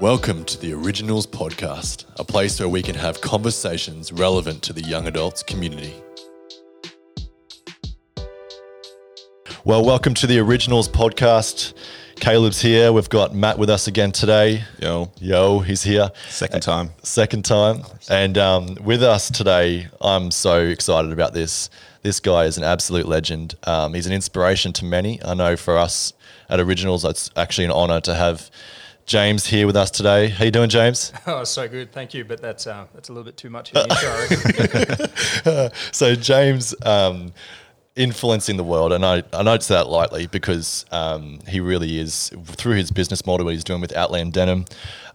Welcome to the Originals Podcast, a place where we can have conversations relevant to the young adults community. Well, welcome to the Originals Podcast. Caleb's here. We've got Matt with us again today. Yo, Yo, he's here. second time. Second time. And um, with us today, I'm so excited about this. This guy is an absolute legend. Um, he's an inspiration to many. I know for us at Originals, it's actually an honor to have James here with us today. How you doing, James? Oh, so good. Thank you. But that's uh, that's a little bit too much of an intro. I reckon. so James um, influencing the world, and I I notice that lightly because um, he really is through his business model, what he's doing with Outland Denim,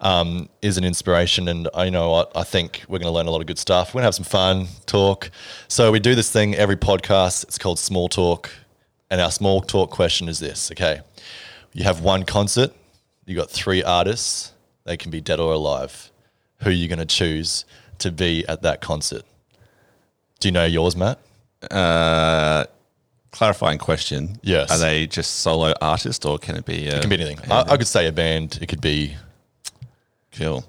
um, is an inspiration. And I you know I, I think we're going to learn a lot of good stuff. We're going to have some fun, talk. So we do this thing every podcast. It's called Small Talk, and our small talk question is this: Okay, you have one concert, you got three artists, they can be dead or alive. Who are you going to choose to be at that concert? Do you know yours, Matt? Uh, clarifying question. Yes. Are they just solo artist or can it be? uh, A, It can be anything. I, I could say a band. It could be Cool.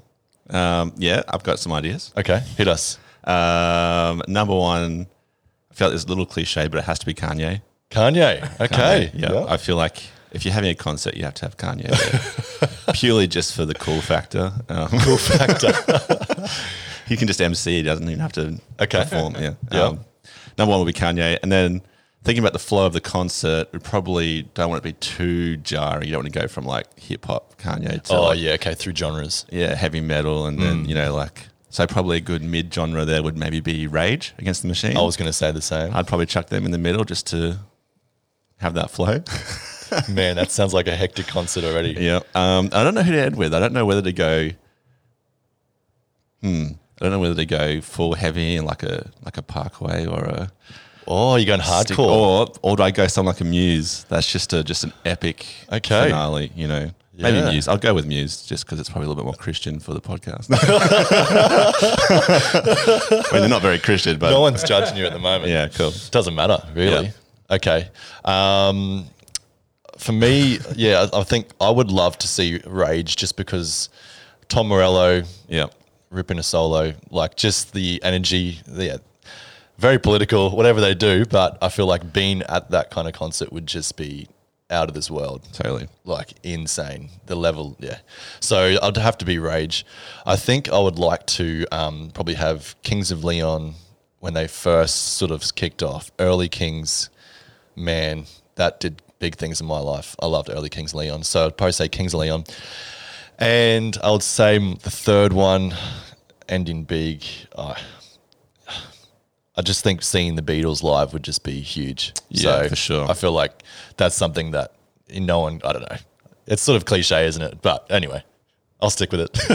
Um, yeah, I've got some ideas. okay. Hit us, Um, number one, I feel like this is a little cliche, but it has to be Kanye. Kanye. Okay. Kanye, Yeah. I feel like if you're having a concert, you have to have Kanye there. purely just for the cool factor. Um, Cool factor. he can just MC. He doesn't even have to Okay. perform. Yeah. Um, Yeah. number one would be Kanye, and then thinking about the flow of the concert, we probably don't want it to be too jarring. You don't want to go from like hip hop Kanye to oh Mm. like, yeah. Okay. Through genres. yeah heavy metal, and then you know like so probably a good mid genre there would maybe be Rage Against the Machine. I was going to say the same. I'd probably chuck them in the middle just to have that flow. Man, that sounds like a hectic concert already. Yeah. Um, I don't know who to end with. I don't know whether to go. Hmm. I don't know whether to go full heavy and like a like a Parkway or a Oh, you're going stick- hardcore. or or do I go something like a Muse? That's just a just an epic Okay. finale. You know, Yeah. maybe Muse. I'll go with Muse just because it's probably a little bit more Christian for the podcast. I mean, they're not very Christian, but No one's judging you at the moment. yeah, cool. Doesn't matter really. Okay. Um, for me, yeah, I I think I would love to see Rage just because Tom Morello Yeah, ripping a solo, like just the energy, the, yeah, very political, whatever they do. But I feel like being at that kind of concert would just be out of this world, totally. like insane. The level, yeah. So I'd have to be Rage. I think I would like to um, probably have Kings of Leon when they first sort of kicked off. Early Kings, man, that did big things in my life. I loved early Kings of Leon, so I'd probably say Kings of Leon. And I would say m- the third one, ending big. I, I just think seeing the Beatles live would just be huge. Yeah, so for sure. I feel like that's something that no one. I don't know. It's sort of cliche, isn't it? But anyway, I'll stick with it. Nah,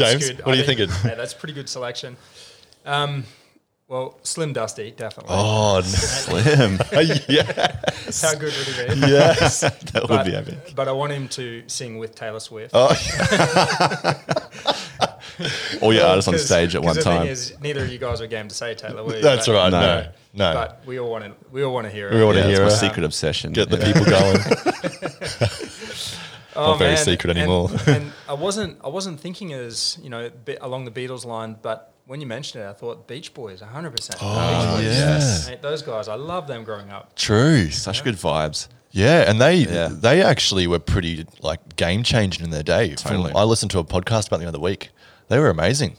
James, what are you think- thinking? Yeah, that's a pretty good selection. Um, well, Slim Dusty, definitely. oh, Slim. no. yeah, How good would it be? yes. that would But, be epic. but I want him to sing with Taylor Swift. Oh, All your artists on 'Cause- stage at 'cause one the thing time. is, neither of you guys were game to say Taylor. Were you? That's But- right. No, no. No. But we all want to. We all want to hear it. We wanna Yeah, hear it's my it. secret obsession. Get the Yeah. people going. Oh, Not very secret and- anymore. And, I wasn't. I wasn't thinking as you know bit along the Beatles line, but when you mentioned it, I thought Beach Boys, 100. percent Oh yes. those guys. I love them growing up. True. Such good vibes. Yeah, and they Yeah. they actually were pretty like game changing in their day. From- Totally. I listened to a podcast about them the other week. They were amazing.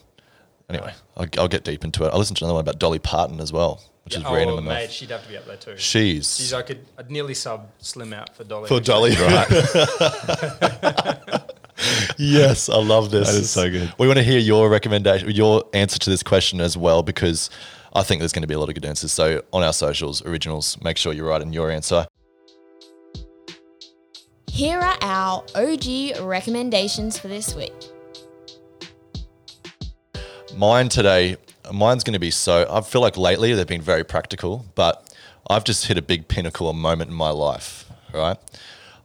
Anyway, I'll, I'll get deep into it. I listened to another one about Dolly Parton as well, which is oh, random enough. mate, she'd have to be up there too. She's Jeez, I could. I'd nearly sub Slim out for Dolly. for Dolly, right? yes, I love this. That is so good. We want to hear your recommendation, your answer to this question as well, because I think there's going to be a lot of good answers. So on our socials, originals, make sure you write in your answer. Here are our OG recommendations for this week. Mine today, mine's going to be so. I feel like lately they've been very practical, but I've just hit a big pinnacle, a moment in my life, right?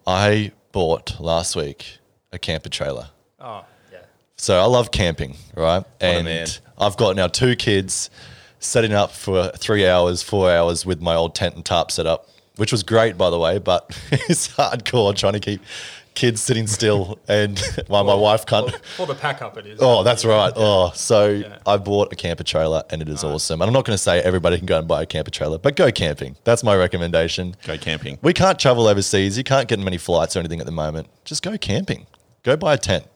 I bought last week a camper trailer. Oh, yeah. So I love camping, right? and man. I've got now two kids setting up for three hours, four hours with my old tent and tarp set up, which was great, by the way, but it's hardcore trying to keep kids sitting still, and my, my wife can't. For, for the pack up, it is. Oh, that's right. Oh, so I bought a camper trailer and it is awesome. And I'm not going to say everybody can go and buy a camper trailer, but go camping. That's my recommendation. Go camping. We can't travel overseas. You can't get many flights or anything at the moment. Just go camping. Go buy a tent.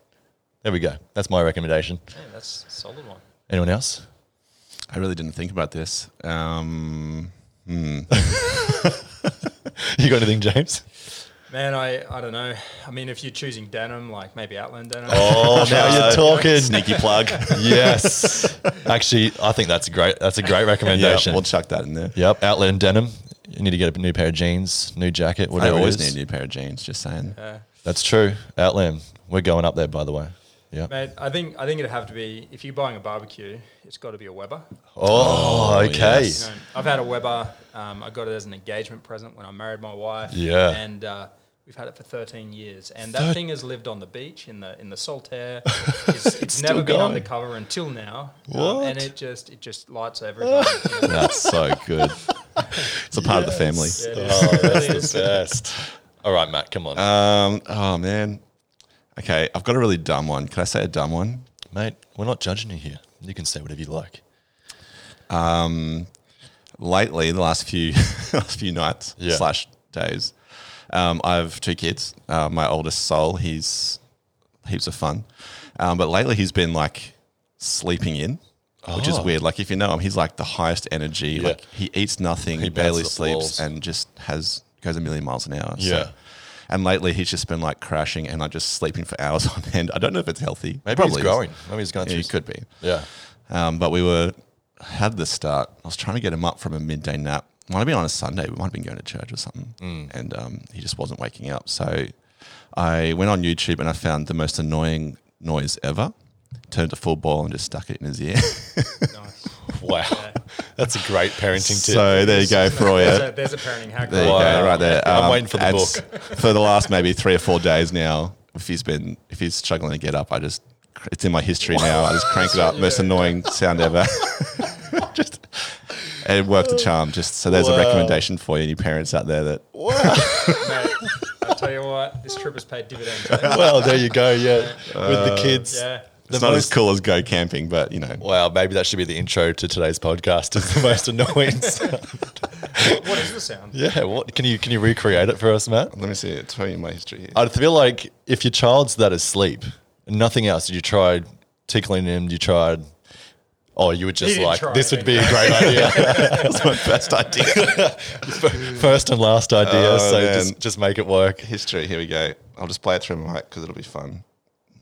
There we go. That's my recommendation. Yeah, that's a solid one. Anyone else? I really didn't think about this. Um, You got anything, James? Man, I, I don't know. I mean, if you're choosing denim, like maybe Outland denim. Oh, now you're talking. sneaky plug. Yes. Actually, I think that's a great. That's a great yeah, recommendation. we'll chuck that in there. Yep, outlet and denim. You need to get a new pair of jeans, new jacket, I whatever. it always is. need a new pair of jeans. Just saying. Yeah. That's true. Outland. We're going up there, by the way. Yeah. Mate, I think I think it'd have to be if you're buying a barbecue, it's got to be a Weber. Oh, okay. You know, I've had a Weber. Um, I got it as an engagement present when I married my wife. Yeah. and uh, we've had it for 13 years, and that thing has lived on the beach in the in the Saltaire. It's, it's, never still been going. undercover until now. Um, What? and Ah. it just it just lights everything. you know. That's so good. It's a part of the family. Yeah, it is. Oh, that's It the is. best. All right, Matt, come on. Um, oh man. Okay, I've got a really dumb one. Can I say a dumb one? Mate, we're not judging you here. You can say whatever you like. Lately, the last few last few nights Yeah. slash days, um, I have two kids. Uh, my oldest Sol, he's heaps of fun, um, but lately he's been like sleeping in. Which is Oh. weird. Like if you know him, he's like the highest energy. Yeah. Like he eats nothing, he bounces barely off the sleeps, walls. and just has goes a million miles an hour. Yeah. and lately he's just been like crashing and like just sleeping for hours on end. I don't know if it's healthy. Maybe Probably he's is. growing. Maybe he's going Yeah, through. he could be. Yeah. Um, but we were had the start. I was trying to get him up from a midday nap. Might have been on a Sunday. We might have been going to church or something, and um, he just wasn't waking up. So I went on YouTube and I found the most annoying noise ever. Turned a full ball and just stuck it in his ear. Nice. Wow. That's a great parenting tip. so there you go for all There's your. a, there's a parenting hack. There you Wow. go, right there. I'm waiting for the and book. s- For the last maybe three or four days now, if he's been if he's struggling to get up, I just it's in my history now. I just crank it up, most annoying sound ever. just it worked a charm. Just so there's Wow. a recommendation for you, any parents out there that Mate, I'll tell you what, this trip has paid dividends. eh? well, there you go. Yeah. Uh, With the kids. Yeah. The it's not as most, cool as go camping, but you know, wow, maybe that should be the intro to today's podcast. Is the most annoying sound. What is the sound? Yeah. What can you can you recreate it for us, Matt? let me see. It's probably in my history. Here. I feel like if your child's that asleep, nothing else. You tried tickling him. You tried. Oh, you were just didn't like, try this would be a anything. great idea. That's my best idea. First and last idea. Oh, so man. just just make it work. history. Here we go. I'll just play it through my mic because it'll be fun.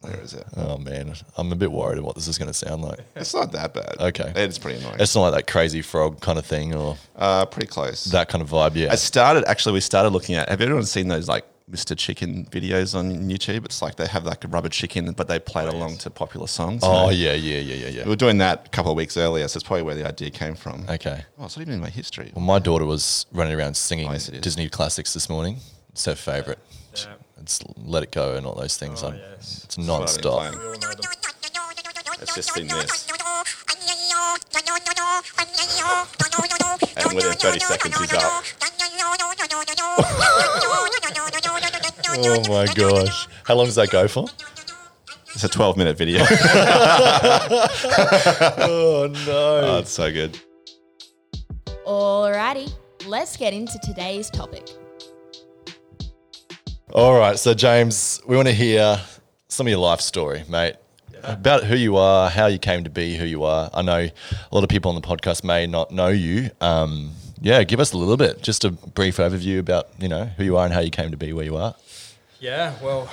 Where is it? Oh man, I'm a bit worried of what this is going to sound like. It's not that bad. Okay. it's pretty annoying. It's not like that crazy frog kind of thing or uh, pretty close. that kind of vibe. Yeah. I started actually. We started looking at. Have everyone seen those like Mr. Chicken videos on YouTube? It's like they have like a rubber chicken, but they played along to popular songs. oh You know? yeah, yeah, yeah, yeah, we were doing that a couple of weeks earlier, so it's probably where the idea came from. yeah. Okay. Oh, it's not even in my history. Well, my daughter was running around singing yes, it is. Disney classics this morning. It's her favorite. Yeah. It's Let It Go and all those things. Oh, I'm- yes. It's non-stop. We all know them. It's just in this. and within 30 seconds, he's out. oh Oh my gosh! How long does that go for? It's a 12 minute video. Oh no! oh, it's so good. Alrighty, let's get into today's topic. All right, so James, we want to hear some of your life story, mate. About who you are, how you came to be who you are. I know a lot of people on the podcast may not know you. Um, yeah, give us a little bit, just a brief overview about you know who you are and how you came to be where you are. Yeah, well,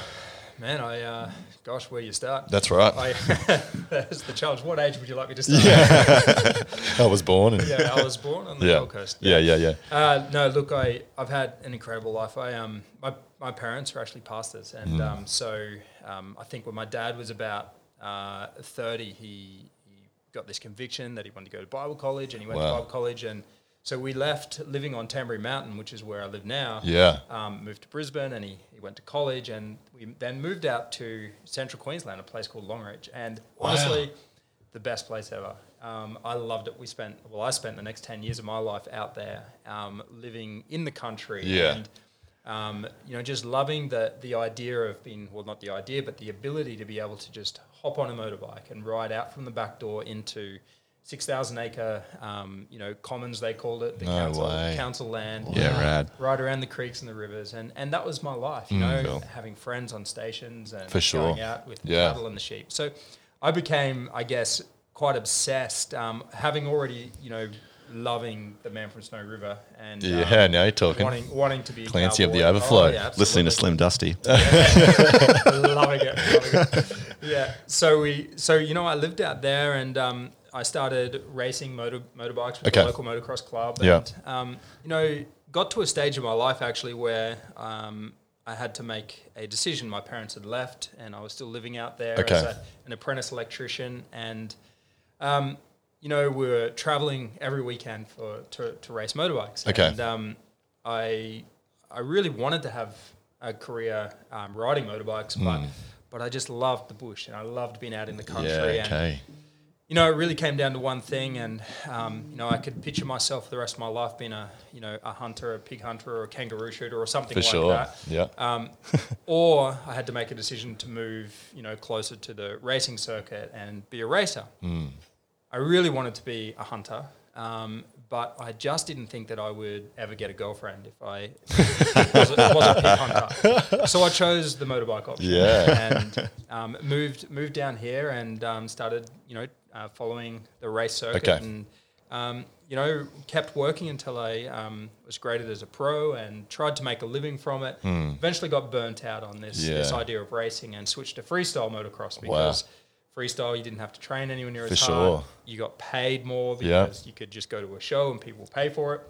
man, I, uh, gosh, where do you start? That's right. I, there's the challenge. What age would you like me to start? I was born. And, yeah, I was born on the yeah. Gold Coast. yeah, yeah, yeah. Uh, no, look, I I've had an incredible life. I um my, my parents were actually pastors, Mm. and um, so um, I think when my dad was about uh, thirty, he he got this conviction that he wanted to go to Bible college, and he went to Wow. Bible college, and so we left living on Tambury Mountain, which is where I live now. Yeah. Um, moved to Brisbane, and he, he went to college, and we then moved out to Central Queensland, a place called Longreach, and honestly the best place ever. Um, I loved it. We spent well, I spent the next ten years of my life out there, um, living in the country. Yeah. And um, you know, just loving the the idea of being well, not the idea, but the ability to be able to just hop on a motorbike and ride out from the back door into six thousand acre, um, you know, commons they called it, the No council way. council land, uh, Yeah, rad. right around the creeks and the rivers, and and that was my life. You know, Mm, cool. having friends on stations and For sure. going out with the Yeah. cattle and the sheep. So I became, I guess, quite obsessed, um, having already, you know, loving the man from Snow River and um, Yeah, now you're talking. wanting wanting to be a Clancy of the cowboy. Overflow. Oh, yeah, Listening to absolutely. Slim Dusty. loving it. Loving it. Yeah. So we, so you know, I lived out there, and um, I started racing motor motorbikes with Okay. the local motocross club. Yeah. And, um, you know, got to a stage in my life actually where um, I had to make a decision. My parents had left, and I was still living out there Okay. as a, an apprentice electrician, and um, you know, we were traveling every weekend for to, to race motorbikes. Okay. And um, I I really wanted to have a career um, riding motorbikes, but Mm. but I just loved the bush and I loved being out in the country. yeah, And okay. you know, it really came down to one thing, and um, you know, I could picture myself for the rest of my life being a you know a hunter, a pig hunter, or a kangaroo shooter, or something For like sure. that Yeah. um, or I had to make a decision to move, you know, closer to the racing circuit and be a racer. I really wanted to be a hunter, um, but I just didn't think that I would ever get a girlfriend if I was, a, was a pig hunter. So I chose the motorbike option. Yeah. and um, moved moved down here and um, started, you know, uh, following the race circuit Okay. and um, you know, kept working until I um, was graded as a pro and tried to make a living from it. Eventually got burnt out on this, this Hmm. Yeah. idea of racing and switched to freestyle motocross because freestyle, you didn't have to train anyone near For as hard. sure. You got paid more Yeah. because you could just go to a show and people pay for it.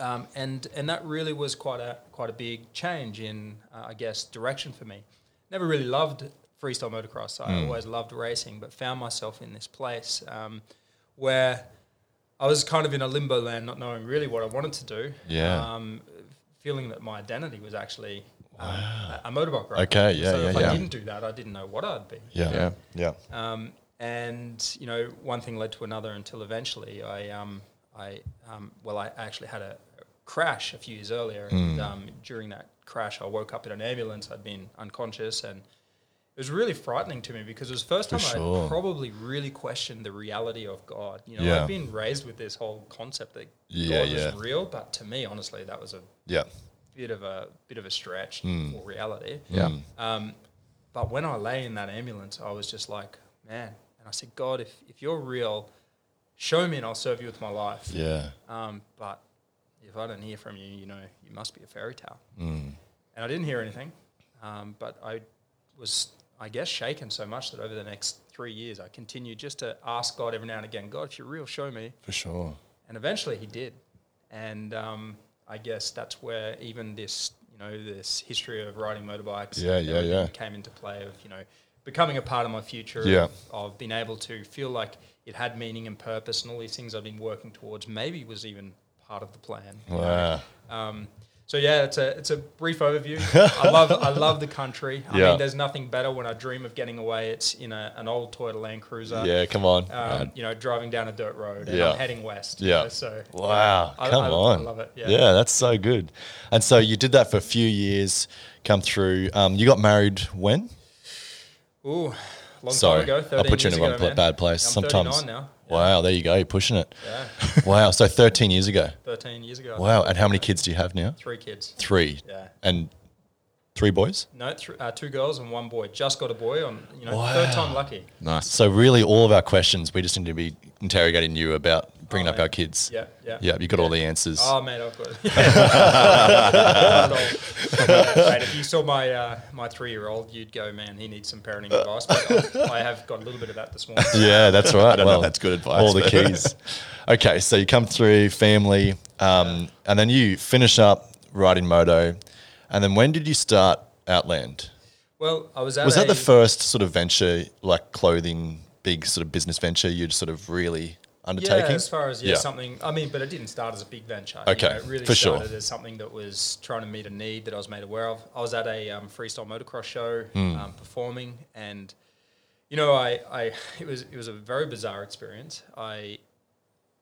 Um, and and that really was quite a quite a big change in uh, I guess direction for me. Never really loved freestyle motocross. Hmm. I always loved racing, but found myself in this place um, where I was kind of in a limbo land, not knowing really what I wanted to do. Yeah. Um, feeling that my identity was actually um, a, a motorbike rider. Okay, yeah, So yeah, if yeah. I didn't do that, I didn't know what I'd be. Yeah. Yeah. Yeah. Yeah. Um, and you know, one thing led to another until eventually I, um, I, um, well, I actually had a crash a few years earlier, Hmm. and um, during that crash, I woke up in an ambulance. I'd been unconscious, and it was really frightening to me because it was the first time sure. I probably really questioned the reality of God. You know, Yeah. I've been raised with this whole concept that Yeah, God yeah. is real, but to me, honestly, that was a Um, bit of a bit of a stretch Hmm. for reality. Yeah. Um, but when I lay in that ambulance, I was just like, man. And I said, God, if, if you're real, show me and I'll serve you with my life. Yeah. Um, but if I don't hear from you, you know, you must be a fairy tale. And I didn't hear anything. Um, but I was, I guess, shaken so much that over the next three years, I continued just to ask God every now and again, God, if you're real, show me. For sure. And eventually he did. And um, I guess that's where even this, you know, this history of riding motorbikes Yeah, and yeah, everything yeah. came into play of, you know, becoming a part of my future, Yeah. of, of being able to feel like it had meaning and purpose and all these things I've been working towards maybe was even part of the plan. you know. Wow. Um, so yeah, it's a it's a brief overview. I love I love the country. I Yeah. mean, there's nothing better when I dream of getting away. It's in a, an old Toyota Land Cruiser Yeah, come on. um, you know, driving down a dirt road and Yeah. I'm heading west. you Yeah. know, so wow. I- come I- I on. love it, yeah. that's so good. And so you did that for a few years, come through. Um, you got married when? ooh, long Sorry. time ago. 13 I'll put you years in a ago, pl- man. bad place. I'm Sometimes. 39 now. Wow, there you go. You're pushing it. Yeah, Wow. So 13 years ago. 13 years ago. Wow. And how many kids do you have now? Three kids. Three. Yeah. And three boys? No, th- uh, two girls and one boy. Just got a boy on, you know, Wow. third time lucky. Nice. So really, all of our questions, we just need to be interrogating you about bringing Oh, up yeah. our kids. Yeah, yeah. Yeah, you got all the answers. Oh, mate, I've got Not at all. Mate, if you saw my uh, my three year old, you'd go, man, he needs some parenting advice. But I, I have got a little bit of that this morning. Uh. yeah, that's right. I don't know if that's good advice, All the but- keys. okay, so you come through family, um, and then you finish up riding moto, and then when did you start Outland? Well, I was at Was that a- the first sort of venture, like clothing, big sort of business venture you'd sort of really undertaking? Yeah, as far as yeah, Yeah. something. I mean, but it didn't start as a big venture. Okay, it really for sure. started as something that was trying to meet a need that I was made aware of. I was at a um, freestyle motocross show Hmm. um, performing, and you know, I, I it was it was a very bizarre experience. I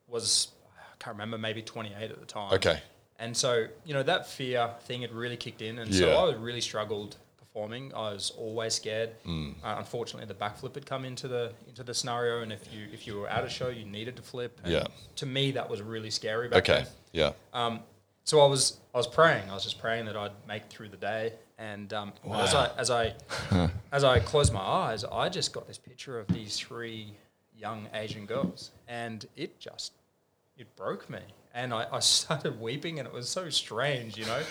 was I can't remember, maybe 28 at the time. Okay. And so, you know, that fear thing had really kicked in. And so Yeah. I was really struggled performing. I was always scared. Hmm. Uh, unfortunately, the backflip had come into the into the scenario. And if you if you were at a show, you needed to flip. And Yeah. To me, that was really scary back Okay. then Yeah. so I was I was praying. I was just praying that I'd make it through the day. And um, as I as I as I closed my eyes, I just got this picture of these three young Asian girls, and it just it broke me. And I, I started weeping, and it was so strange, you know.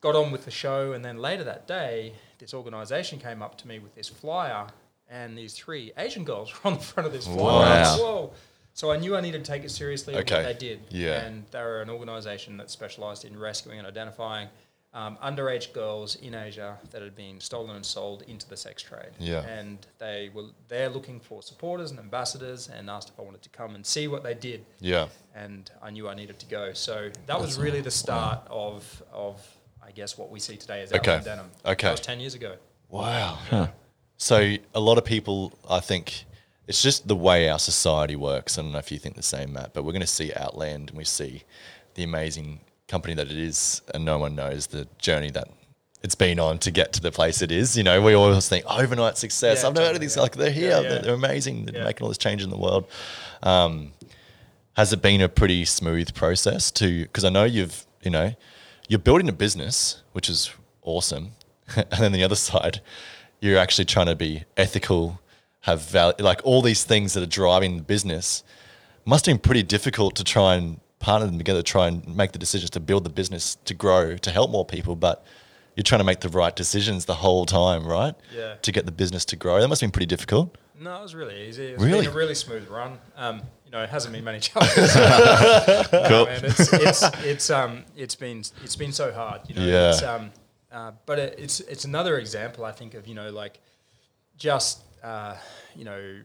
got on with the show, and then later that day, this organisation came up to me with this flyer, and these three Asian girls were on the front of this flyer. I was like, Whoa! So I knew I needed to take it seriously. and Okay. What they did, Yeah. And they were an organisation that specialised in rescuing and identifying um, underage girls in Asia that had been stolen and sold into the sex trade. Yeah. And they were there looking for supporters and ambassadors, and asked if I wanted to come and see what they did Yeah. and I knew I needed to go. So that was really the start of of I guess what we see today as Okay. outline denim. Okay. that was ten years ago. Wow. So a lot of people, I think, it's just the way our society works. I don't know if you think the same, Matt, but we're going to see Outland and we see the amazing company that it is, and no one knows the journey that it's been on to get to the place it is. You know, we always think overnight success. Yeah, I've never heard of totally, these. yeah. Like they're here, Yeah, They're, yeah. they're amazing. They're Yeah. making all this change in the world. Um, has it been a pretty smooth process to because i know you've you know you're building a business which is awesome and then the other side you're actually trying to be ethical have value like all these things that are driving the business must have been pretty difficult to try and partner them together try and make the decisions to build the business to grow to help more people but you're trying to make the right decisions the whole time right Yeah. to get the business to grow that must have been pretty difficult No, it was really easy. It's Really? been a really smooth run. Um, you know, it hasn't been many challenges. Cool. man. It's, it's it's um it's been it's been so hard. You know, Yeah. it's, um, uh, but it, it's it's another example I think of you know like just uh, you know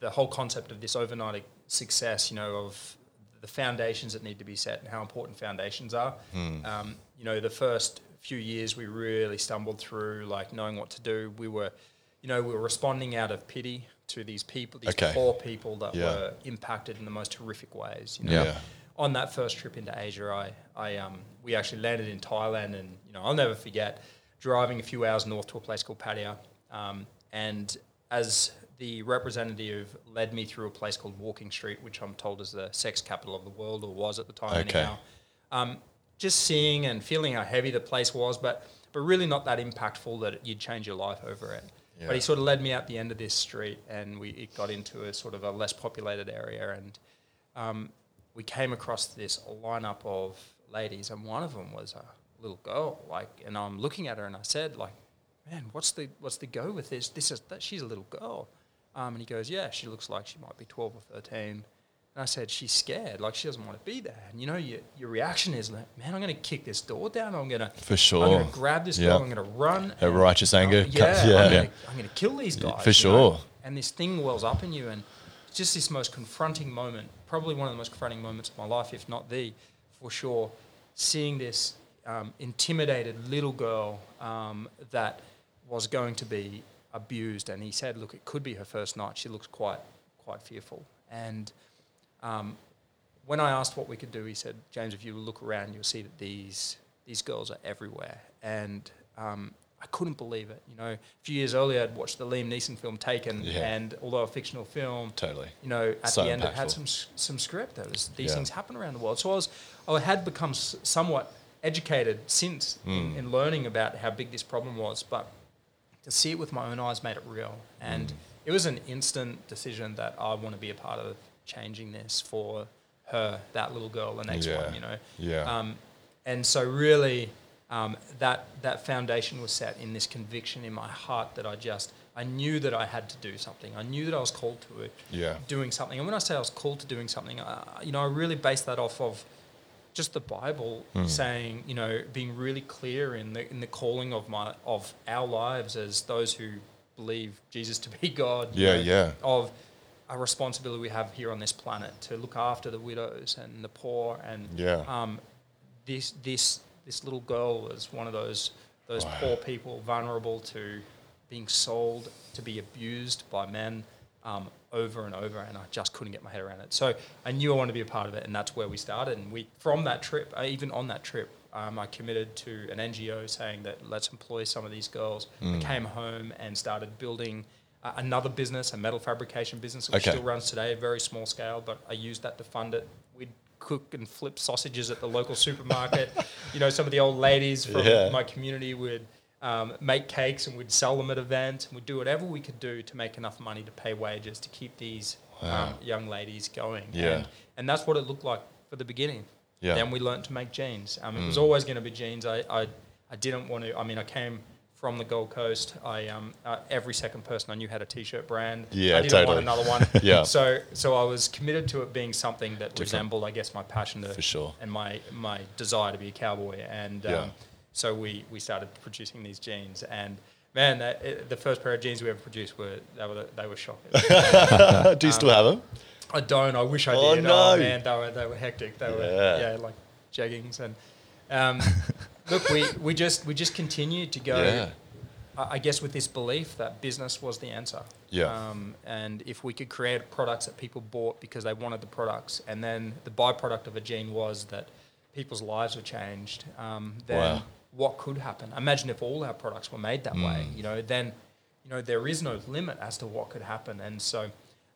the whole concept of this overnight success. You know of the foundations that need to be set and how important foundations are. Hmm. Um, you know the first few years we really stumbled through like knowing what to do. We were you know we were responding out of pity to these people, these Okay. poor people that Yeah. were impacted in the most horrific ways. You know? Yeah. Yeah. on that first trip into Asia, I, I um, we actually landed in Thailand, and you know I'll never forget driving a few hours north to a place called Pattaya, um, and as the representative led me through a place called Walking Street, which I'm told is the sex capital of the world, or was at the time. Okay. Anyhow, um, just seeing and feeling how heavy the place was, but but really not that impactful that you'd change your life over it. But he sort of led me out the end of this street, and we it got into a sort of a less populated area, and we came across this lineup of ladies, and one of them was a little girl. Like, and I'm looking at her, and I said, like, man, what's the what's the go with this? This is that she's a little girl. Um, and he goes, yeah, she looks like she might be 12 or 13. And I said, she's scared, like she doesn't want to be there. And you know, your, your reaction is like, man, I'm going to kick this door down. I'm going to For I'm sure. going to grab this Yeah. door. I'm going to run. A righteous anger I'm- comes- Yeah, yeah. I'm gonna- I'm going to kill these guys. for you know? sure. And this thing wells up in you, and it's just this most confronting moment, probably one of the most confronting moments of my life, if not the, for sure. Seeing this um, intimidated little girl um, that was going to be abused, and he said, "Look, it could be her first night. She looks quite, quite fearful." And um, when I asked what we could do, he said, James, if you look around, you'll see that these these girls are everywhere. And um, I couldn't believe it. You know, a few years earlier, I'd watched the Liam Neeson film Taken, Yeah. and although a fictional film, Totally. you know, at So the end, it had impactful. some s- some script. That was these Yeah. things happen around the world. So I was, I had become s- somewhat educated since Hmm. in, in learning about how big this problem was, but to see it with my own eyes made it real. And Mm. it was an instant decision that I want to be a part of changing this for her, that little girl, the next Yeah. one, you know. Yeah. Um, and so really, um, that that foundation was set in this conviction in my heart that I just I knew that I had to do something. I knew that I was called to it, Yeah. doing something. And when I say I was called to doing something, uh, you know, I really based that off of just the Bible Hmm. saying, you know, being really clear in the in the calling of my of our lives as those who believe Jesus to be God. you Yeah, know, yeah. Of a responsibility we have here on this planet to look after the widows and the poor and Yeah. um, this this this little girl was one of those those poor people vulnerable to being sold to be abused by men um, over and over, and I just couldn't get my head around it. So I knew I wanted to be a part of it, and that's where we started. And we, from that trip, uh, even on that trip, um, I committed to an NGO saying that let's employ some of these girls. I came home and started building uh, another business, a metal fabrication business, which Okay. still runs today, very small scale, but I used that to fund it. We'd cook and flip sausages at the local supermarket. you know, some of the old ladies from Yeah. my community would um, make cakes and we'd sell them at events and we'd do whatever we could do to make enough money to pay wages to keep these um, young ladies going. Yeah. And, and that's what it looked like for the beginning. Yeah. Mm. Then we learned to make jeans. Um, It was always going to be jeans. I, I, I didn't want to, I mean, I came from the Gold Coast. I um, uh, Every second person I knew had a t shirt brand. Yeah, I didn't totally. want another one. Yeah. So, so I was committed to it being something that resembled, I guess, my passion to, For sure. and my, my desire to be a cowboy. And, Yeah. um, so we, we started producing these jeans, and man, that, it, the first pair of jeans we ever produced were they were they were shocking. Do you still have them? I don't. I wish I Oh, did. no. Oh man, they were they were hectic. They were Yeah. yeah, like jeggings and um, look, we, we just we just continued to go. Yeah. I I guess with this belief that business was the answer. Yeah. Um, and if we could create products that people bought because they wanted the products, and then the byproduct of a gene was that people's lives were changed, um, then Wow. what could happen? Imagine if all our products were made that way. Mm. You know, then you know there is no limit as to what could happen. And so,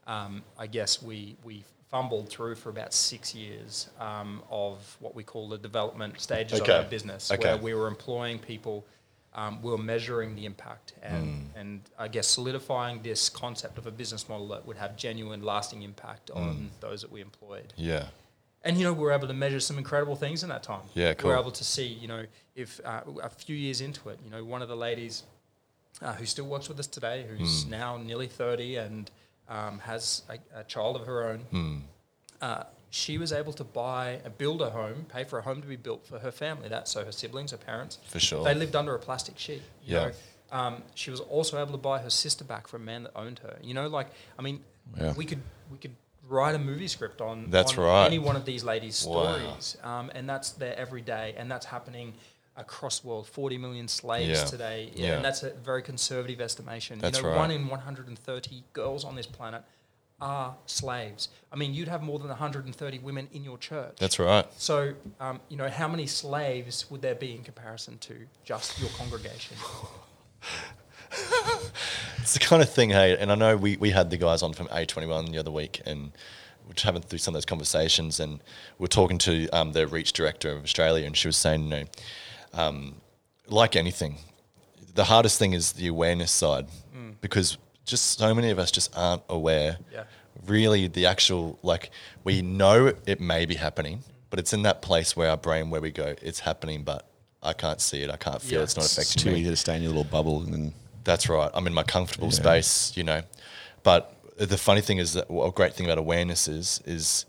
um, I guess we we fumbled through for about six years um, of what we call the development stages Okay. of our business, Okay. where we were employing people, um, we were measuring the impact, and Hmm. and I guess solidifying this concept of a business model that would have genuine, lasting impact Hmm. on those that we employed Yeah. and you know we were able to measure some incredible things in that time. Yeah, We cool. were able to see, you know, if uh, a few years into it, you know, one of the ladies uh, who still works with us today, who's Hmm. now nearly thirty and um, has a, a child of her own, Hmm. uh, she was able to buy and build a home, pay for a home to be built for her family. That so her siblings, her parents, For sure. they lived under a plastic sheet. You Yeah. Know? Um, she was also able to buy her sister back from a man that owned her. You know, like I mean, Yeah. we could we could write a movie script on That's on right. Any one of these ladies' Wow. stories, um, and that's there every day, and that's happening across the world. Forty million slaves Yeah. today, Yeah. and that's a very conservative estimation. That's you know, right. one in one hundred and thirty girls on this planet are slaves. I mean, you'd have more than one hundred and thirty women in your church. That's right. So, um, you know, how many slaves would there be in comparison to just your congregation? It's the kind of thing, hey, and I know we, we had the guys on from A21 the other week and we're just having through some of those conversations and we're talking to um, the Reach director of Australia and she was saying, you know, um, like anything, the hardest thing is the awareness side because just so many of us just aren't aware. Yeah. Really, the actual, like, we know it may be happening, but it's in that place where our brain, where we go, it's happening, but I can't see it. I can't feel Yeah. it. It's not It's, affecting too me. easy to stay in your little bubble and then That's right. I'm in my comfortable space, you know. But the funny thing is that well, a great thing about awareness is is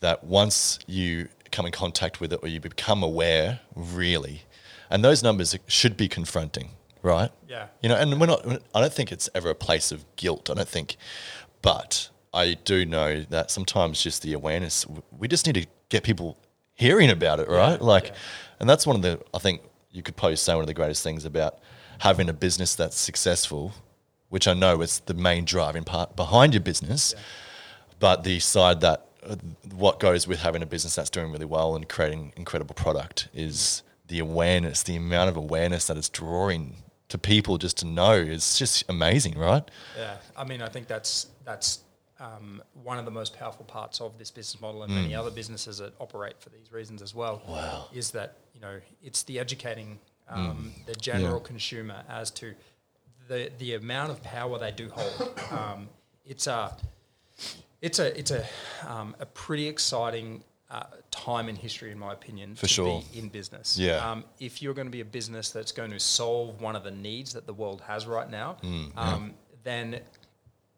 that once you come in contact with it or you become aware, really, and those numbers should be confronting, right? Yeah. You know, and we're not. I don't think it's ever a place of guilt. I don't think, but I do know that sometimes just the awareness. We just need to get people hearing about it, right? like, yeah. and that's one of the. I think you could probably say one of the greatest things about having a business that's successful, which I know is the main driving part behind your business, but the side that uh, what goes with having a business that's doing really well and creating incredible product is the awareness, the amount of awareness that it's drawing to people just to know is just amazing, right? Yeah, I mean, I think that's that's um, one of the most powerful parts of this business model, and many other businesses that operate for these reasons as well. Hmm. Wow, is that you know it's the educating um, the general consumer as to the the amount of power they do hold. um, it's a it's a it's a um, a pretty exciting uh, time in history, in my opinion, for sure. in business. Yeah. Um, if you're going to be a business that's going to solve one of the needs that the world has right now, Mm, um, then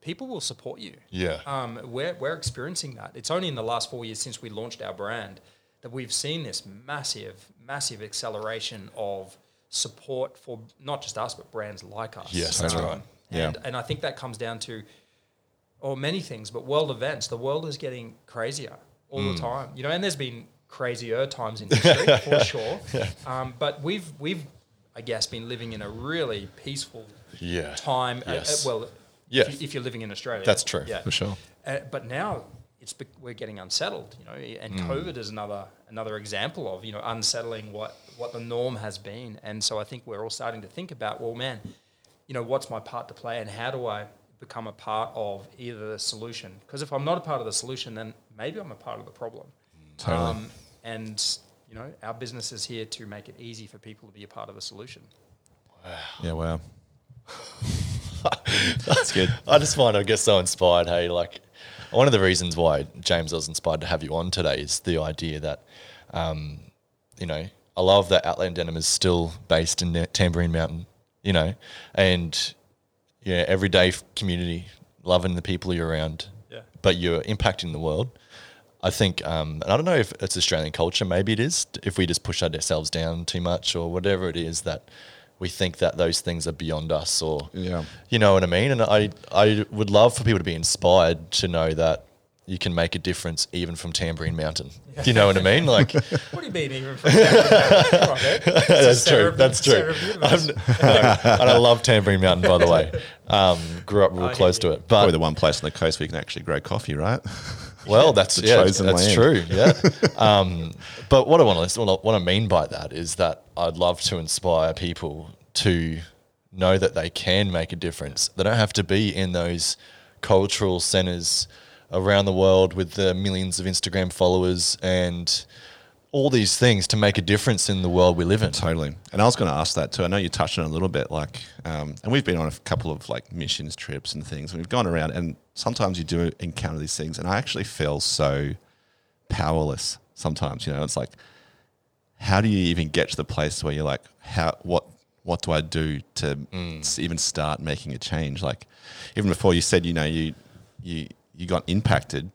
people will support you. Yeah. Um, we're, we're experiencing that. It's only in the last four years since we launched our brand that we've seen this massive, massive acceleration of support for not just us, but brands like us. Um, Yes, that's right. Yeah. And, and I think that comes down to or many things, but world events. The world is getting crazier all Hmm. the time, you know. And there's been crazier times in history for sure, um, but we've we've I guess been living in a really peaceful Yeah. time. uh, uh, Yes. well, Yeah. If, you, if you're living in Australia, That's true. Yeah, for sure. Uh, but now it's bec- we're getting unsettled, you know, and Hmm. COVID is another another example of you know unsettling what what the norm has been, and so I think we're all starting to think about, well, man, you know, what's my part to play, and how do I become a part of either the solution? Because if I'm not a part of the solution, then maybe I'm a part of the problem. Totally. Um, and you know, our business is here to make it easy for people to be a part of the solution. yeah, wow. That's good. I just find I get so inspired. Hey, like one of the reasons why James I was inspired to have you on today is the idea that, um, you know, I love that Outland Denim is still based in the Tambourine Mountain, you know, and yeah, everyday f- community, loving the people you're around, Yeah. but you're impacting the world. I think, um, and I don't know if it's Australian culture. Maybe it is. If we just push ourselves down too much, or whatever it is that we think that those things are beyond us, or Yeah. you know what I mean? And I, I would love for people to be inspired to know that you can make a difference even from Tambourine Mountain. You know what I mean? Like, What do you mean, even? From Come on, man. It's a that's center true. of- That's center true. of universe. I'm, no, and I love Tambourine Mountain, by the way. Um, grew up real I close hear to you. it. Probably But, the one place on the coast where you can actually grow coffee, right? well, that's, the yeah, chosen that's land. true. Yeah. um, but what I want to, what I- what I mean by that is that I'd love to inspire people to know that they can make a difference. They don't have to be in those cultural centers around the world with the millions of Instagram followers and all these things to make a difference in the world we live in. Totally. And I was going to ask that too. I know you touched on it a little bit, like, um, and we've been on a couple of like missions trips and things, and we've gone around, and sometimes you do encounter these things, and I actually feel so powerless sometimes. You know, it's like, how do you even get to the place where you're like, how, what, what do I do to Mm. s- even start making a change? Like, even before you said, you know, you, you, you got impacted.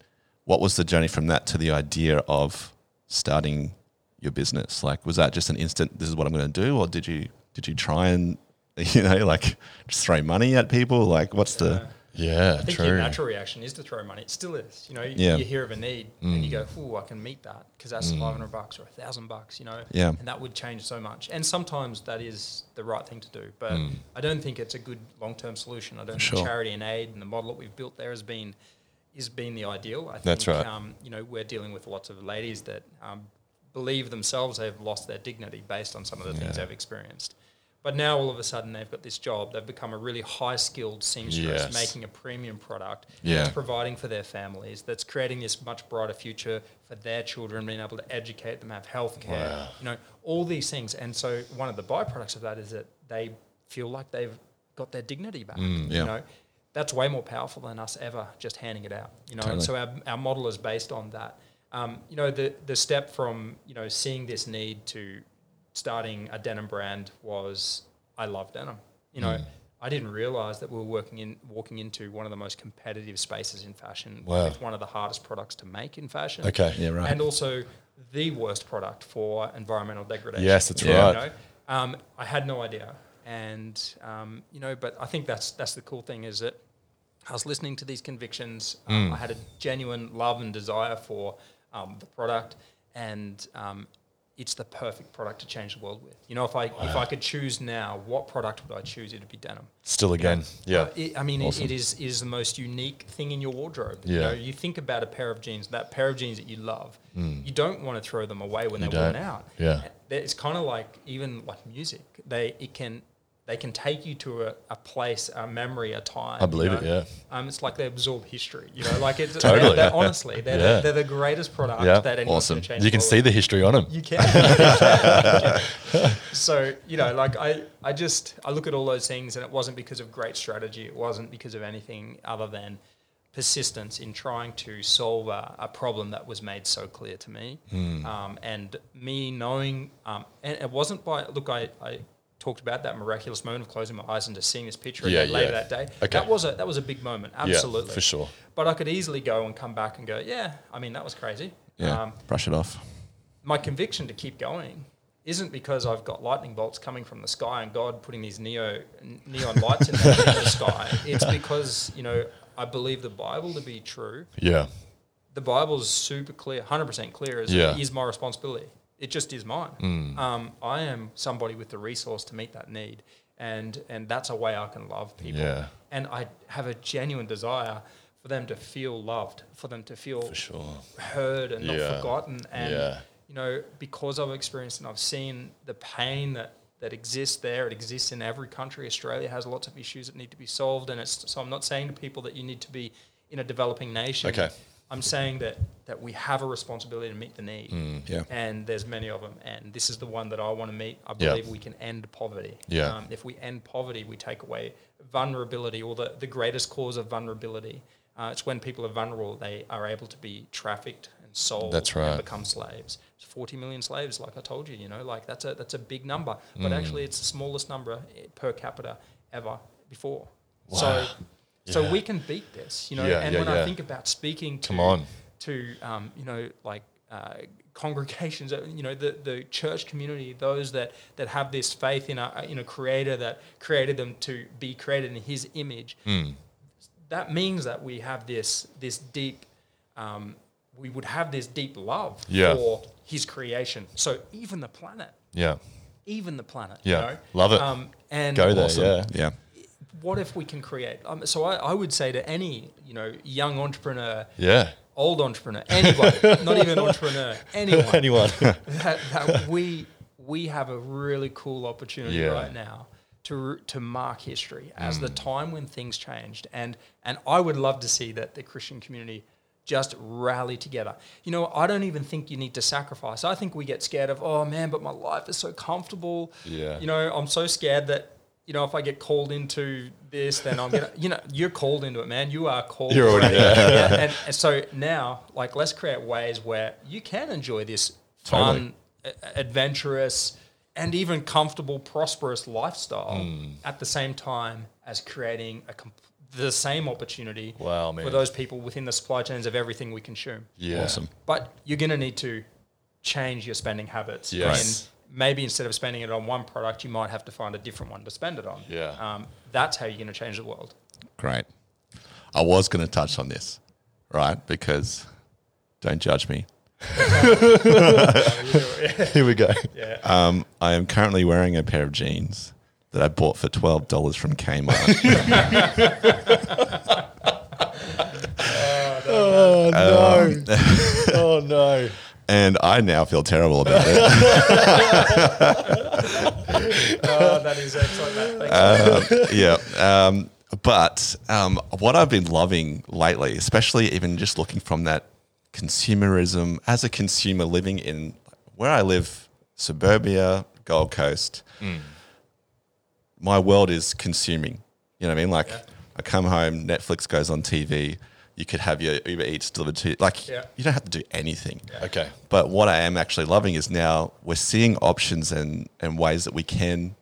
What was the journey from that to the idea of starting your business? Like, was that just an instant? This is what I'm going to do, or did you, did you try and, you know, like just throw money at people? Like, what's the Yeah, I think your true. natural reaction is to throw money. It still is. You know, you, Yeah. you hear of a need and you go, Mm. "Ooh, I can meet that because that's five hundred bucks or a thousand bucks." You know, Yeah. and that would change so much. And sometimes that is the right thing to do, but Mm. I don't think it's a good long-term solution. I don't Sure. think charity and aid and the model that we've built there has been is been the ideal. I think, That's right. Um, you know, we're dealing with lots of ladies that um, believe themselves they've lost their dignity based on some of the things they've experienced. But now all of a sudden they've got this job. They've become a really high-skilled seamstress, Yes. making a premium product Yeah. that's providing for their families, that's creating this much brighter future for their children, being able to educate them, have health care, Wow. you know, all these things. And so one of the byproducts of that is that they feel like they've got their dignity back. Mm, yeah. You know, that's way more powerful than us ever just handing it out. You know, and so our, our model is based on that. Um, you know, the the step from you know seeing this need to starting a denim brand was I love denim. You know, I didn't realize that we were working in walking into one of the most competitive spaces in fashion Wow. with one of the hardest products to make in fashion. Okay. Yeah, right. And also the worst product for environmental degradation. Yes, that's You know, right. um, I had no idea, and um, you know, but I think that's that's the cool thing is that I was listening to these convictions. Mm. Um, I had a genuine love and desire for um, the product, and um, it's the perfect product to change the world with. You know, if I if I could choose now, what product would I choose? It'd be denim. Still again. Yeah. Uh, it- I mean, it- it is it is the most unique thing in your wardrobe. You Yeah. know, you think about a pair of jeans, that pair of jeans that you love, you don't want to throw them away when they're worn Hmm. don't. out. Yeah. That- it's kind of like even like music. They it can they can take you to a, a place, a memory, a time. I believe you it, know? yeah. Um, it's like they absorb history. You know, like it's Totally. totally. They're, honestly, they're, Yeah. the, they're the greatest product Yeah. that anyone Awesome. can change. You can the world see the history on him. you can. You can. so you know, like I, I just I look at all those things, and it wasn't because of great strategy. It wasn't because of anything other than persistence in trying to solve a, a problem that was made so clear to me, Hmm. um, and me knowing. Um, and it wasn't by look. I, I talked about that miraculous moment of closing my eyes and just seeing this picture Yeah, again later yeah. that day. Okay. That was a that was a big moment. Absolutely, for sure. But I could easily go and come back and go, yeah. I mean, that was crazy. Um, yeah? Um, brush it off. my conviction to keep going isn't because I've got lightning bolts coming from the sky and God putting these neo n- neon lights in the, in the sky. It's because you know I believe the Bible to be true. Yeah. The Bible's super clear, hundred percent clear. Is Yeah. Mm. is my responsibility. It just is mine. Um, I am somebody with the resource to meet that need, and and that's a way I can love people. Yeah. And I have a genuine desire for them to feel loved, for them to feel Sure. heard and Yeah. not forgotten. And Yeah. you know, because I've experienced and I've seen the pain that that exists there, it exists in every country. Australia has lots of issues that need to be solved, and it's so I'm not saying to people that you need to be in a developing nation. Okay. I'm saying that that we have a responsibility to meet the need, Mm, yeah. and there's many of them, and this is the one that I want to meet. I Yeah. believe we can end poverty. Yeah. Um, if we end poverty, we take away vulnerability, or the, the greatest cause of vulnerability. Uh, it's when people are vulnerable, they are able to be trafficked and sold That's right. and become slaves. It's 40 million slaves, like I told you, you know, like that's a, that's a big number, Mm. but actually it's the smallest number eh, per capita ever before. So, so we can beat this, you know, Yeah, and yeah, when yeah. I think about speaking to, Come on. to um, you know, like uh, congregations, uh, you know, the, the church community, those that, that have this faith in a, in a creator that created them to be created in his image, Hmm. that means that we have this this deep um, we would have this deep love Yeah. for his creation so even the planet Yeah. even the planet Yeah. you know? Love it. um, and Go there. Awesome. Yeah. Yeah. what if we can create um, so I, I would say to any you know young entrepreneur Yeah. old entrepreneur anybody not even entrepreneur anyone Anyone? that, that we we have a really cool opportunity Yeah. Mm. right now to to mark history as the time when things changed and and I would love to see that the Christian community just rally together. You know, I don't even think you need to sacrifice. I think we get scared of, oh man, but my life is so comfortable. Yeah. You know, I'm so scared that you know if I get called into this, then I'm gonna. you know, you're called into it, man. You are called. You're already there. and, and so now, like, let's create ways where you can enjoy this fun, a- adventurous, and even comfortable, prosperous lifestyle Hmm. at the same time as creating a com- the same opportunity Wow, man. for those people within the supply chains of everything we consume. yeah. Awesome. But you're going to need to change your spending habits. Yes. And maybe instead of spending it on one product, you might have to find a different one to spend it on. Yeah. Um, that's how you're going to change the world. Great. I was going to touch on this, right? Because don't judge me. Here we go. Um, I am currently wearing a pair of jeans that I bought for twelve dollars from Kmart. Oh no. oh no. Um, and I now feel terrible about it. oh, that is excellent. Matt. Thank you. Uh, yeah. Um, but um, what I've been loving lately, especially even just looking from that consumerism as a consumer living in where I live, suburbia, Gold Coast, my world is consuming. You know what I mean? Like, I come home, Netflix goes on TV. You could have your Uber Eats delivered to you. Like, Yeah. you don't have to do anything. Okay. But what I am actually loving is now we're seeing options and, and ways that we can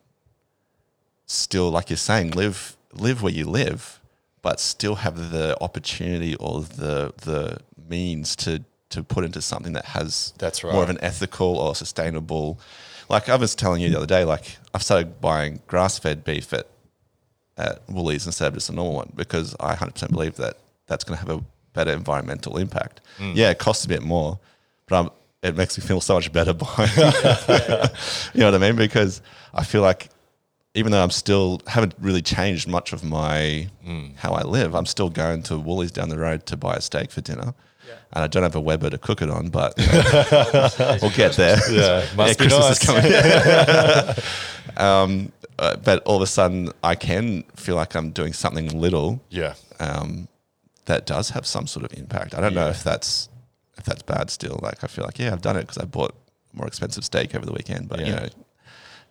still, like you're saying, live live where you live, but still have the opportunity or the the means to to put into something that has That's more right. of an ethical or sustainable. Like I was telling you the other day, like I've started buying grass fed beef at at Woolies instead of just a normal one because I 100% believe that that's going to have a better environmental impact. Mm. Yeah, it costs a bit more, but I'm, it makes me feel so much better buying. you know what I mean? Because I feel like even though I'm still haven't really changed much of my Hmm. how I live, I'm still going to Woolies down the road to buy a steak for dinner. And I don't have a Weber to cook it on, but we'll get there. Yeah. Must be nice. Christmas is coming. um, uh, but all of a sudden, I can feel like I'm doing something little Yeah. um, that does have some sort of impact. I don't know Yeah. if that's if that's bad still. Like I feel like yeah, I've done it because I bought a more expensive steak over the weekend. But you Yeah.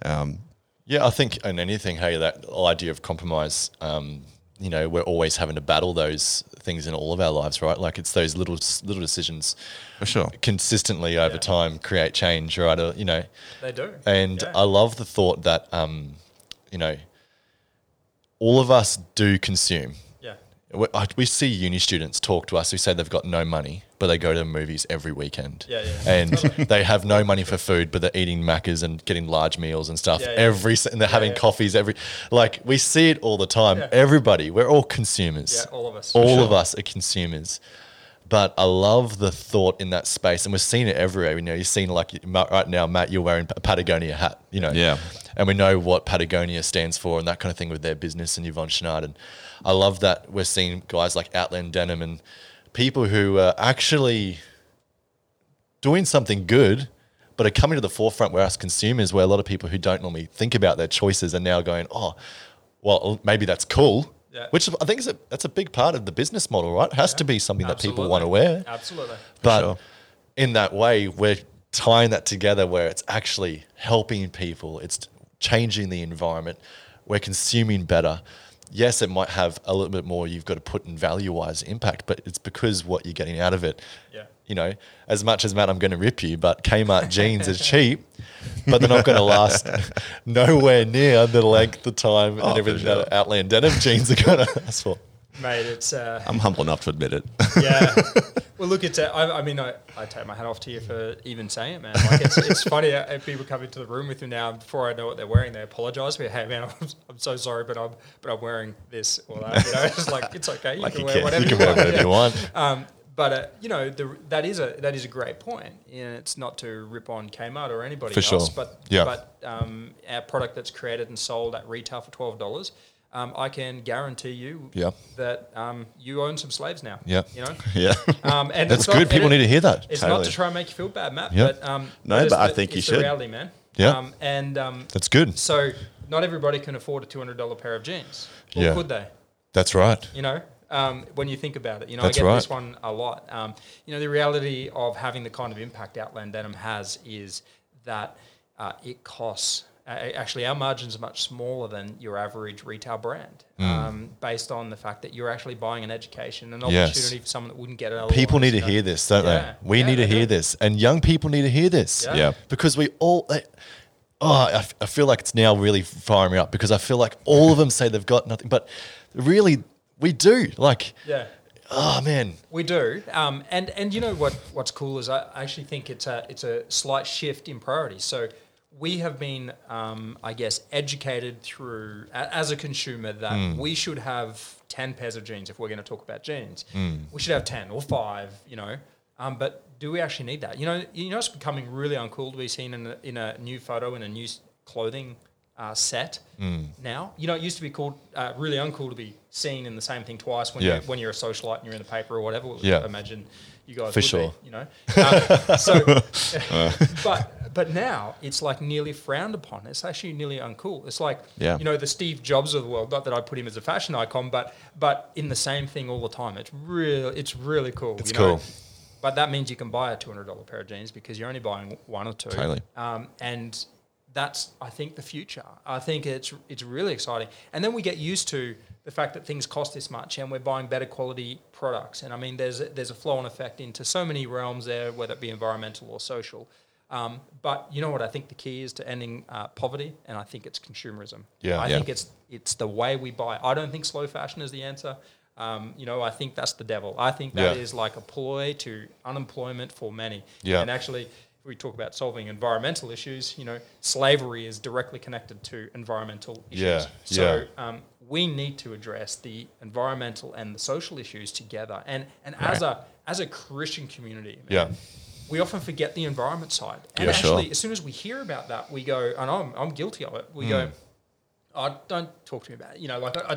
know, um, Yeah, I think in anything, hey, that idea of compromise, um, you know, we're always having to battle those things in all of our lives, right? Like it's those little little decisions for sure. consistently over time create change, right? Uh, you know, They do. and Yeah. I love the thought that, um, you know, all of us do consume. yeah. We, I- we see uni students talk to us who say they've got no money, but they go to the movies every weekend. Yeah, yeah. And they have no money for food, but they're eating macas and getting large meals and stuff Yeah, yeah. every, s- and they're having yeah. coffees every, like we see it all the time. Yeah. Everybody, we're all consumers. Yeah, all of us. All For of us are consumers. But I love the thought in that space, and we're seeing it everywhere. You know, you're seeing like Ma- right now, Matt, you're wearing a Patagonia hat. You know, Yeah. and we know what Patagonia stands for and that kind of thing with their business and Yvonne Chouinard. And I love that we're seeing guys like Outland Denim and people who are actually doing something good, but are coming to the forefront where us consumers, where a lot of people who don't normally think about their choices are now going, oh, well, maybe that's cool. Yeah. Which I think is a, that's a big part of the business model, right? It has to be something that people want to Absolutely. wear. Absolutely. But sure. in that way, we're tying that together where it's actually helping people, it's changing the environment, we're consuming better. Yes, it might have a little bit more you've got to put in value wise impact, but it's because what you're getting out of it. Yeah. You know, as much as Matt, I'm going to rip you, but Kmart jeans are cheap, but they're not going to last nowhere near the length, the time, and Oh, for everything sure. that Outland denim jeans are going to last for. Mate, it's uh, I'm humble enough to admit it. yeah. well, look, it's. Uh, I, I mean, I, I take my hat off to you for even saying it, man. Like, it's, it's funny uh, if people come into the room with me now. Before I know what they're wearing, they apologise. Me, hey, man, I'm, I'm so sorry, but I'm but I'm wearing this or that. You know, it's like it's okay. You Like can you wear can, whatever you can wear whatever yeah. you want. Um, but uh, you know the, that is a that is a great point, and it's not to rip on Kmart or anybody For else. sure. But Yeah. but um, our product that's created and sold at retail for twelve dollars, um, I can guarantee you Yeah. that um, you own some slaves now. Yeah. you know. yeah. Um, and That's it's not- good. People and it- need to hear that. It's not Totally. to try and make you feel bad, Matt. Yeah. But um, No, it's but I the- think you it's should. The reality, man. Yeah. Um, and um, That's good. so not everybody can afford a two hundred dollar pair of jeans. Or Yeah. could they? That's right. you know, um, when you think about it. You know, That's I get right. this one a lot. Um, you know, the reality of having the kind of impact Outland Denim has is that uh, it costs. Uh, actually, our margins are much smaller than your average retail brand, Hmm. um, based on the fact that you're actually buying an education, an Yes. opportunity for someone that wouldn't get it. People otherwise, need to you know. hear this, don't Yeah. they? We Yeah, need to they hear do. this, and young people need to hear this. Yeah. Yeah. because we all. eh, oh, I, f- I feel like it's now really firing me up because I feel like all of them say they've got nothing, but really we do. Like, Yeah. oh man, We do, um, and and you know what? What's cool is I actually think it's a it's a slight shift in priority. So we have been, um, I guess, educated through a- as a consumer that we should have ten pairs of jeans if we're going to talk about jeans. We should have ten or five, you know. Um, but do we actually need that? You know, you know, it's becoming really uncool to be seen in a, in a new photo in a new s- clothing uh, set now. You know, it used to be called uh, really uncool to be seen in the same thing twice when Yeah. you when you're a socialite and you're in the paper or whatever. Yeah. imagine you guys For would be, sure. you know. Um, so, but but now it's like nearly frowned upon. It's actually nearly uncool. It's like Yeah. you know the Steve Jobs of the world. Not that I put him as a fashion icon, but but in the same thing all the time. It's real. It's really cool. It's you know? cool. But that means you can buy a two hundred dollar pair of jeans because you're only buying one or two. Totally. Um, and that's I think the future. I think it's it's really exciting. And then we get used to the fact that things cost this much, and we're buying better quality products. And I mean, there's a, there's a flow and effect into so many realms there, whether it be environmental or social. Um, but you know what? I think the key is to ending uh, poverty, and I think it's consumerism. Yeah. I Yeah. think it's it's the way we buy. I don't think slow fashion is the answer. Um, you know, I think that's the devil. I think that is Yeah. like a ploy to unemployment for many. Yeah. And actually, if we talk about solving environmental issues, you know, slavery is directly connected to environmental issues. Yeah, So um, we need to address the environmental and the social issues together. And and as a as a Christian community, man, Yeah. we often forget the environment side. And Yeah, actually, sure. as soon as we hear about that, we go, and I'm, I'm guilty of it. We go, Hmm. oh, don't talk to me about it. You know, like I, I,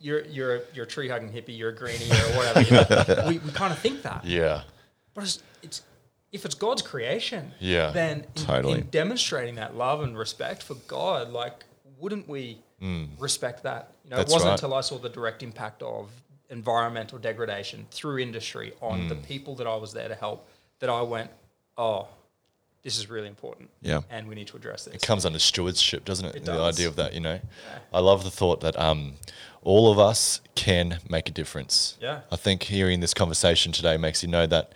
you're you're a, you're a tree hugging hippie, you're a greenie, or whatever. You know? we, we kind of think that, yeah, but it's, it's if it's God's creation, Yeah, then in, totally. in demonstrating that love and respect for God, like wouldn't we respect that? You know, Hmm. That's it wasn't right. until I saw the direct impact of environmental degradation through industry on Hmm. the people that I was there to help that I went, oh, this is really important, Yeah. and we need to address this. it comes under stewardship, doesn't it? It the does. idea of that, you know. I love the thought that um, all of us can make a difference. Yeah. I think hearing this conversation today makes you know that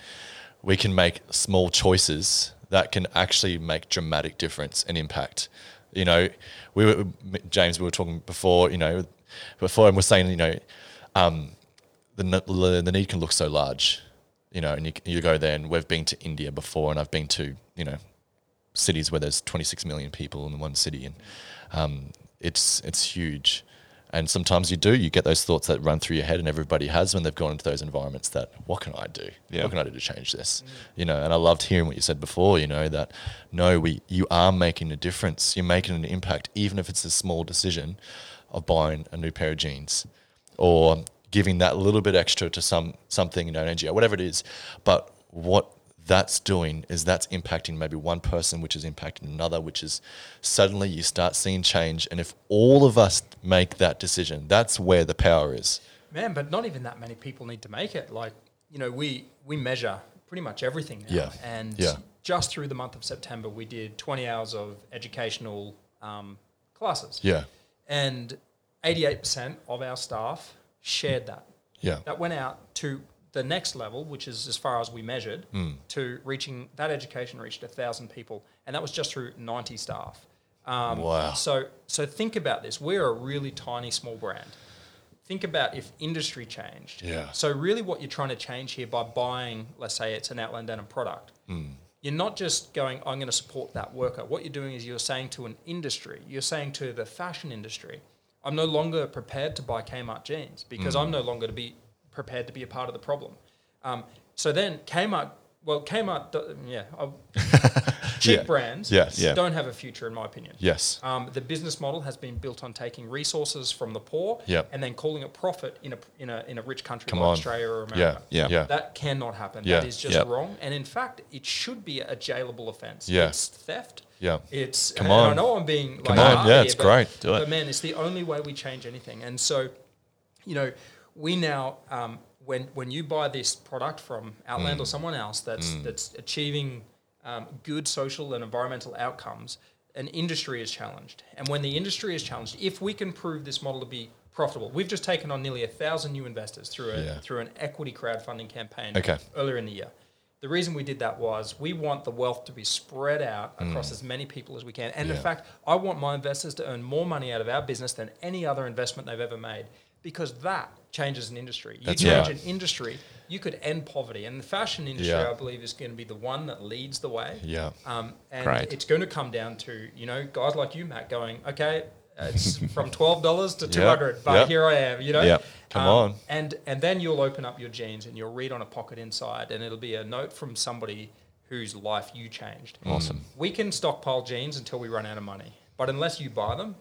we can make small choices that can actually make dramatic difference and impact. You know, we were James. We were talking before. You know, before, and we're saying, you know, um, the, n- the need can look so large, you know, and you, you go there and we've been to India before and I've been to, you know, cities where there's 26 million people in one city and um, it's, it's huge. And sometimes you do, you get those thoughts that run through your head, and everybody has when they've gone into those environments that, what can I do? Yeah. What can I do to change this? You know, and I loved hearing what you said before, you know, that no, we you are making a difference. You're making an impact, even if it's a small decision of buying a new pair of jeans or giving that little bit extra to some something, you know, an NGO, whatever it is. But what that's doing is that's impacting maybe one person, which is impacting another, which is suddenly you start seeing change. And if all of us make that decision, that's where the power is. Man, but not even that many people need to make it. Like, you know, we we measure pretty much everything now. Yeah. And Yeah. just through the month of September, we did 20 hours of educational um, classes. Yeah. And 88% of our staff shared that. Yeah. That went out to the next level, which is as far as we measured, Hmm. to reaching that education reached a thousand people, and that was just through 90 staff. Um, Wow. So, so think about this. We're a really tiny, small brand. Think about if industry changed. Yeah. So really, what you're trying to change here by buying, let's say, it's an Outland Denim product. Hmm. You're not just going, I'm going to support that worker. What you're doing is you're saying to an industry, you're saying to the fashion industry, I'm no longer prepared to buy Kmart jeans Hmm. because I'm no longer to be prepared to be a part of the problem. Um, so then Kmart, well, Kmart, do- yeah, I'll- cheap Yeah. brands Yes. Yeah. don't have a future, in my opinion. Yes. Um, the business model has been built on taking resources from the poor Yep. and then calling it profit in a in a in a rich country Come like on. Australia or Yeah. America. Yeah. Yeah. Yeah. That cannot happen. Yeah. That is just Yeah. wrong. And in fact, it should be a jailable offence. Yeah. It's theft. Yeah. It's Come and on. I know I'm being like on. hard Yeah, here, it's but- great. Do it. But man, it's the only way we change anything. And so, you know, we now um, when when you buy this product from Outland Mm. or someone else that's that's achieving um, good social and environmental outcomes, an industry is challenged. And when the industry is challenged, if we can prove this model to be profitable, we've just taken on nearly a thousand new investors through a Yeah. through an equity crowdfunding campaign Okay. earlier in the year. The reason we did that was we want the wealth to be spread out across as many people as we can. And Mm. Yeah. in fact, I want my investors to earn more money out of our business than any other investment they've ever made because that changes an industry. You That's change right. an industry, you could end poverty. And the fashion industry, Yeah. I believe, is going to be the one that leads the way. Yeah. Um, and Great. it's going to come down to, you know, guys like you, Matt, going, okay, it's from $12 to 200 but Yeah. here I am, you know? Yeah. Come on. Um, And and then you'll open up your jeans and you'll read on a pocket inside, and it'll be a note from somebody whose life you changed. Awesome. We can stockpile jeans until we run out of money, but unless you buy them,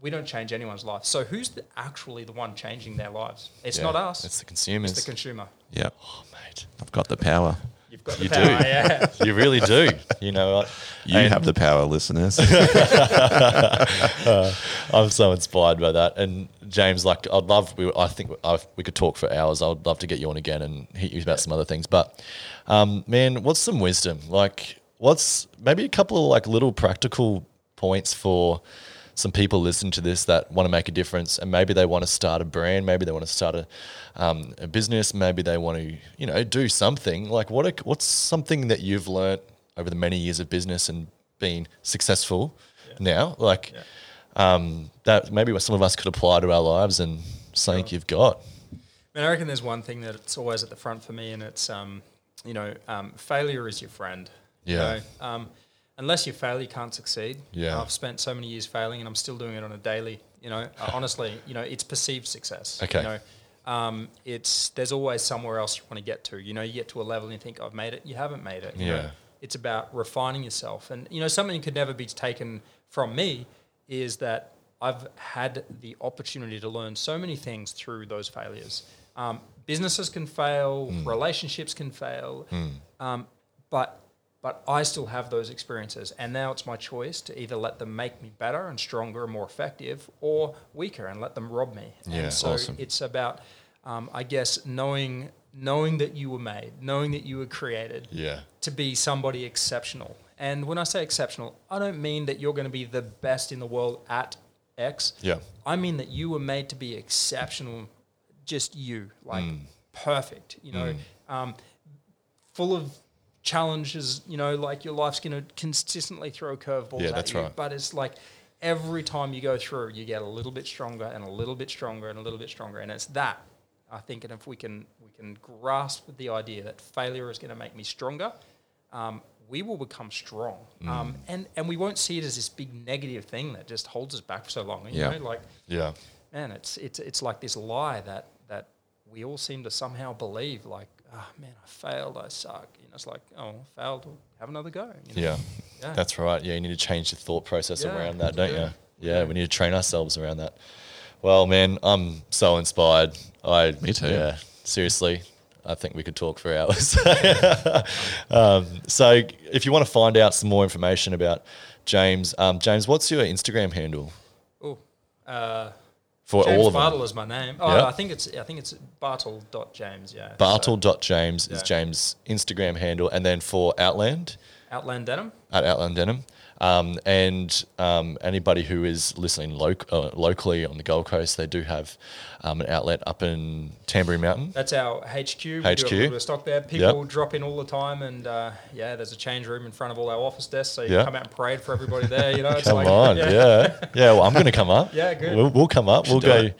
we don't change anyone's life. So who's the, actually the one changing their lives? It's not us. It's the It's consumers. the consumer. Yeah. oh, mate. I've got the power. You've got the You do. power. Yeah. You really do. You know, I- You and- have the power, listeners. I'm so inspired by that. And James, like, I'd love. We, I think i we could talk for hours. I'd love to get you on again and hit you about some other things. But, um, man, what's some wisdom? Like, what's maybe a couple of like little practical points for some people listening to this that want to make a difference, and maybe they want to start a brand, maybe they want to start a, um, a business, maybe they want to, you know, do something. Like, what are, what's something that you've learnt over the many years of business and being successful now? Like um, that maybe what some of us could apply to our lives and something you've got. Man, I reckon there's one thing that it's always at the front for me, and it's um, you know, um, failure is your friend. you Yeah. know. um, unless you fail, you can't succeed. Yeah. I've spent so many years failing, and I'm still doing it on a daily. You know, Uh, honestly, you know, it's perceived success. Okay. You know, um, it's there's always somewhere else you want to get to. You know, you get to a level and you think I've made it. You haven't made it. you know. Yeah. It's about refining yourself, and you know, something that could never be taken from me is that I've had the opportunity to learn so many things through those failures. Um, businesses can fail, Hmm. relationships can fail, um, but but I still have those experiences, and now it's my choice to either let them make me better and stronger and more effective, or weaker and let them rob me. Yeah, and so awesome. it's about, um, I guess, knowing knowing that you were made, knowing that you were created Yeah. to be somebody exceptional. And when I say exceptional, I don't mean that you're going to be the best in the world at X. Yeah. I mean that you were made to be exceptional, just you, like Mm. perfect, you know, um, full of challenges, you know, like your life's going to consistently throw curveballs Yeah, at that's you. right. But it's like every time you go through, you get a little bit stronger and a little bit stronger and a little bit stronger. And it's that, I think, and if we can, we can grasp the idea that failure is going to make me stronger, um, we will become strong. Mm. Um, and, and we won't see it as this big negative thing that just holds us back for so long. You Yeah. know, like Yeah. man, it's it's it's like this lie that that we all seem to somehow believe. Like, oh man, I failed, I suck. You know, it's like, oh, failed, well, have another go. You know? Yeah. Yeah. That's right. Yeah, you need to change the thought process Yeah, around that, don't yeah. you? Yeah, we need to train ourselves around that. Well, man, I'm so inspired. I Me too. Yeah, seriously. I think we could talk for hours. um, so, if you want to find out some more information about James, um, James, what's your Instagram handle Oh, uh, for James all of Bartle them? is my name. Oh, Yeah. I think it's I think it's Bartle dot James. Yeah, Bartle.James is Yeah. James' Instagram handle. And then for Outland, So, Outland Denim. at Outland Denim. Um, and um, anybody who is listening loc- uh, locally on the Gold Coast, they do have um, an outlet up in Tambury Mountain. That's our HQ. We do HQ. a little bit of stock there. People drop in all the time, and uh, yeah, there's a change room in front of all our office desks, so you Yeah. can come out and parade for everybody there. You know, it's Come like, on, yeah. yeah, Well, I'm going to come up. Yeah, good. We'll, we'll come up. We'll go do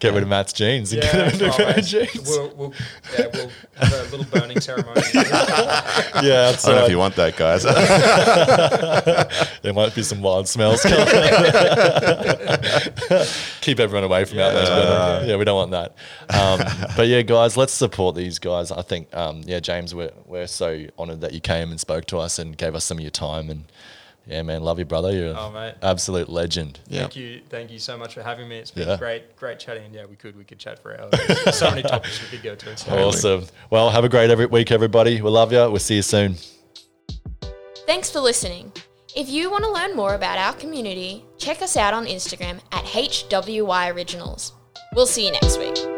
get rid of Matt's jeans and Yeah, get him into oh, grey mate, jeans. We'll, we'll, yeah, we'll have a little burning ceremony. yeah, I don't know if outside. you want that, guys. there might be some wild smells coming. Keep everyone away from out there. but, uh, yeah, we don't want that. Um, but yeah, guys, let's support these guys. I think, um, yeah, James, we're, we're so honored that you came and spoke to us and gave us some of your time. And yeah, man, love you, brother. You're Oh, an mate. absolute legend. yeah. Thank you, thank you so much for having me. It's been Yeah. great, great chatting. And yeah, we could we could chat for hours. so many topics we could go to. So. Awesome. Well, have a great every week, everybody. We love you. We'll see you soon. Thanks for listening. If you want to learn more about our community, check us out on Instagram at HWY Originals. We'll see you next week.